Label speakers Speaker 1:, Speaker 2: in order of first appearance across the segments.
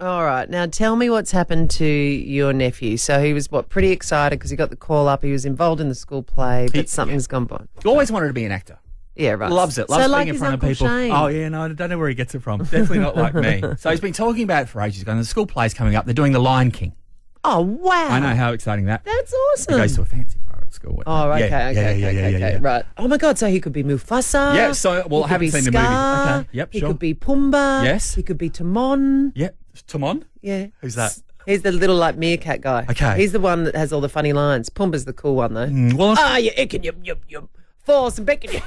Speaker 1: All right. Now tell me what's happened to your nephew. So he was what pretty excited because he got the call up. He was involved in the school play, but something's gone wrong.
Speaker 2: He always wanted to be an actor.
Speaker 1: Yeah, right.
Speaker 2: Loves it. Loves
Speaker 1: so
Speaker 2: being
Speaker 1: like
Speaker 2: in
Speaker 1: his
Speaker 2: front
Speaker 1: Uncle
Speaker 2: of people.
Speaker 1: Shane.
Speaker 2: Oh yeah, no, I don't know where he gets it from. Definitely not like me. So he's been talking about it for ages. And the school play's coming up. They're doing The Lion King.
Speaker 1: Oh, wow.
Speaker 2: I know how exciting that.
Speaker 1: That's
Speaker 2: He
Speaker 1: awesome.
Speaker 2: goes to a fancy private school. wouldn't
Speaker 1: Oh,
Speaker 2: he?
Speaker 1: okay,
Speaker 2: Yeah,
Speaker 1: okay, okay,
Speaker 2: yeah, yeah, yeah,
Speaker 1: okay,
Speaker 2: yeah,
Speaker 1: okay.
Speaker 2: yeah.
Speaker 1: right. Oh my God! So he could be Mufasa.
Speaker 2: Yeah, so-
Speaker 1: he
Speaker 2: well, I
Speaker 1: could
Speaker 2: haven't
Speaker 1: be
Speaker 2: seen the movie.
Speaker 1: Scar,
Speaker 2: Okay, yep,
Speaker 1: He
Speaker 2: sure.
Speaker 1: could be Pumbaa.
Speaker 2: Yes.
Speaker 1: He could be Timon.
Speaker 2: Yeah, Timon.
Speaker 1: Yeah.
Speaker 2: Who's that?
Speaker 1: He's the little like meerkat guy.
Speaker 2: Okay.
Speaker 1: He's the one that has all the funny lines. Pumbaa's the cool one though.
Speaker 2: Mm, Well,
Speaker 1: Ah, you ick and yum yum yum. Force and bacon.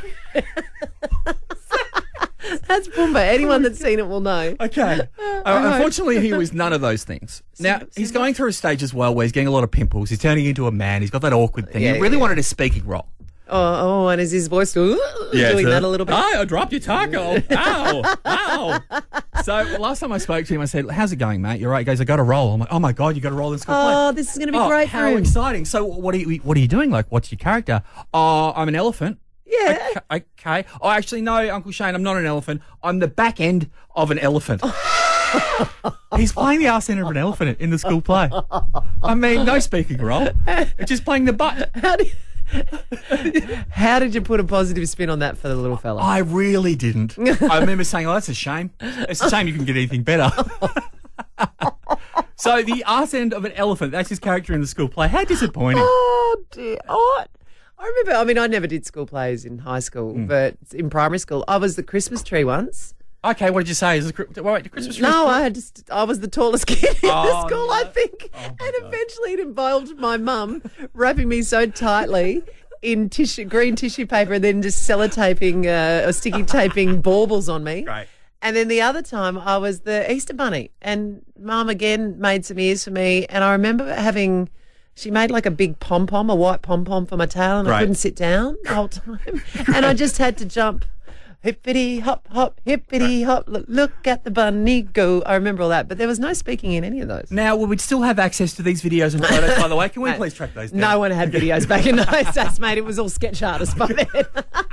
Speaker 1: That's Pumbaa. Anyone that's seen it will know.
Speaker 2: Okay. Uh, unfortunately, he was none of those things. Now, he's going through a stage as well where he's getting a lot of pimples. He's turning into a man. He's got that awkward thing.
Speaker 1: Yeah,
Speaker 2: he really
Speaker 1: yeah.
Speaker 2: wanted a speaking role.
Speaker 1: Oh, oh, and is his voice doing
Speaker 2: so-
Speaker 1: that a little bit?
Speaker 2: Hi, I dropped your taco. ow, ow. So last time I spoke to him, I said, "How's it going, mate? You're right." He goes, "I got a roll." I'm like, "Oh my god, you got a roll in school play."
Speaker 1: Oh, this is going to be
Speaker 2: Oh,
Speaker 1: great
Speaker 2: how
Speaker 1: for him.
Speaker 2: exciting! So, what are you? What are you doing? Like, what's your character? Oh, I'm an elephant.
Speaker 1: Yeah.
Speaker 2: Okay- Okay. Oh, actually, no, Uncle Shane, I'm not an elephant. I'm the back end of an elephant. He's playing the arse end of an elephant in the school play. I mean, no speaking role. It's just playing the butt.
Speaker 1: How did, how did you put a positive spin on that for the little fella?
Speaker 2: I really didn't. I remember saying, oh, that's a shame. It's a shame you can get anything better. so, the arse end of an elephant, that's his character in the school play. How disappointing.
Speaker 1: Oh dear. Oh, I- I remember. I mean, I never did school plays in high school,
Speaker 2: Mm.
Speaker 1: but in primary school, I was the Christmas tree once.
Speaker 2: Okay, what did you say? Is it, Chri- wait, the Christmas tree?
Speaker 1: No, I had just I was the tallest kid in
Speaker 2: Oh,
Speaker 1: the school, I
Speaker 2: no. Oh,
Speaker 1: think, and eventually it involved my mum wrapping me so tightly. In tissue, green tissue paper, and then just sellotaping uh, or sticky taping baubles on me.
Speaker 2: Great.
Speaker 1: And then the other time I was the Easter Bunny, and Mum again made some ears for me. And I remember having, she made like a big pom pom, a white pom pom for my tail, and
Speaker 2: Right.
Speaker 1: I couldn't sit down the whole time. and I just had to jump. Hippity hop hop, hippity hop. Look, look at the bunny go. I remember all that, but there was no speaking in any of those.
Speaker 2: Now, will we still have access to these videos and photos, by the way? Can we please track those down?
Speaker 1: No one had videos back in those days, mate. It was all sketch artists by then.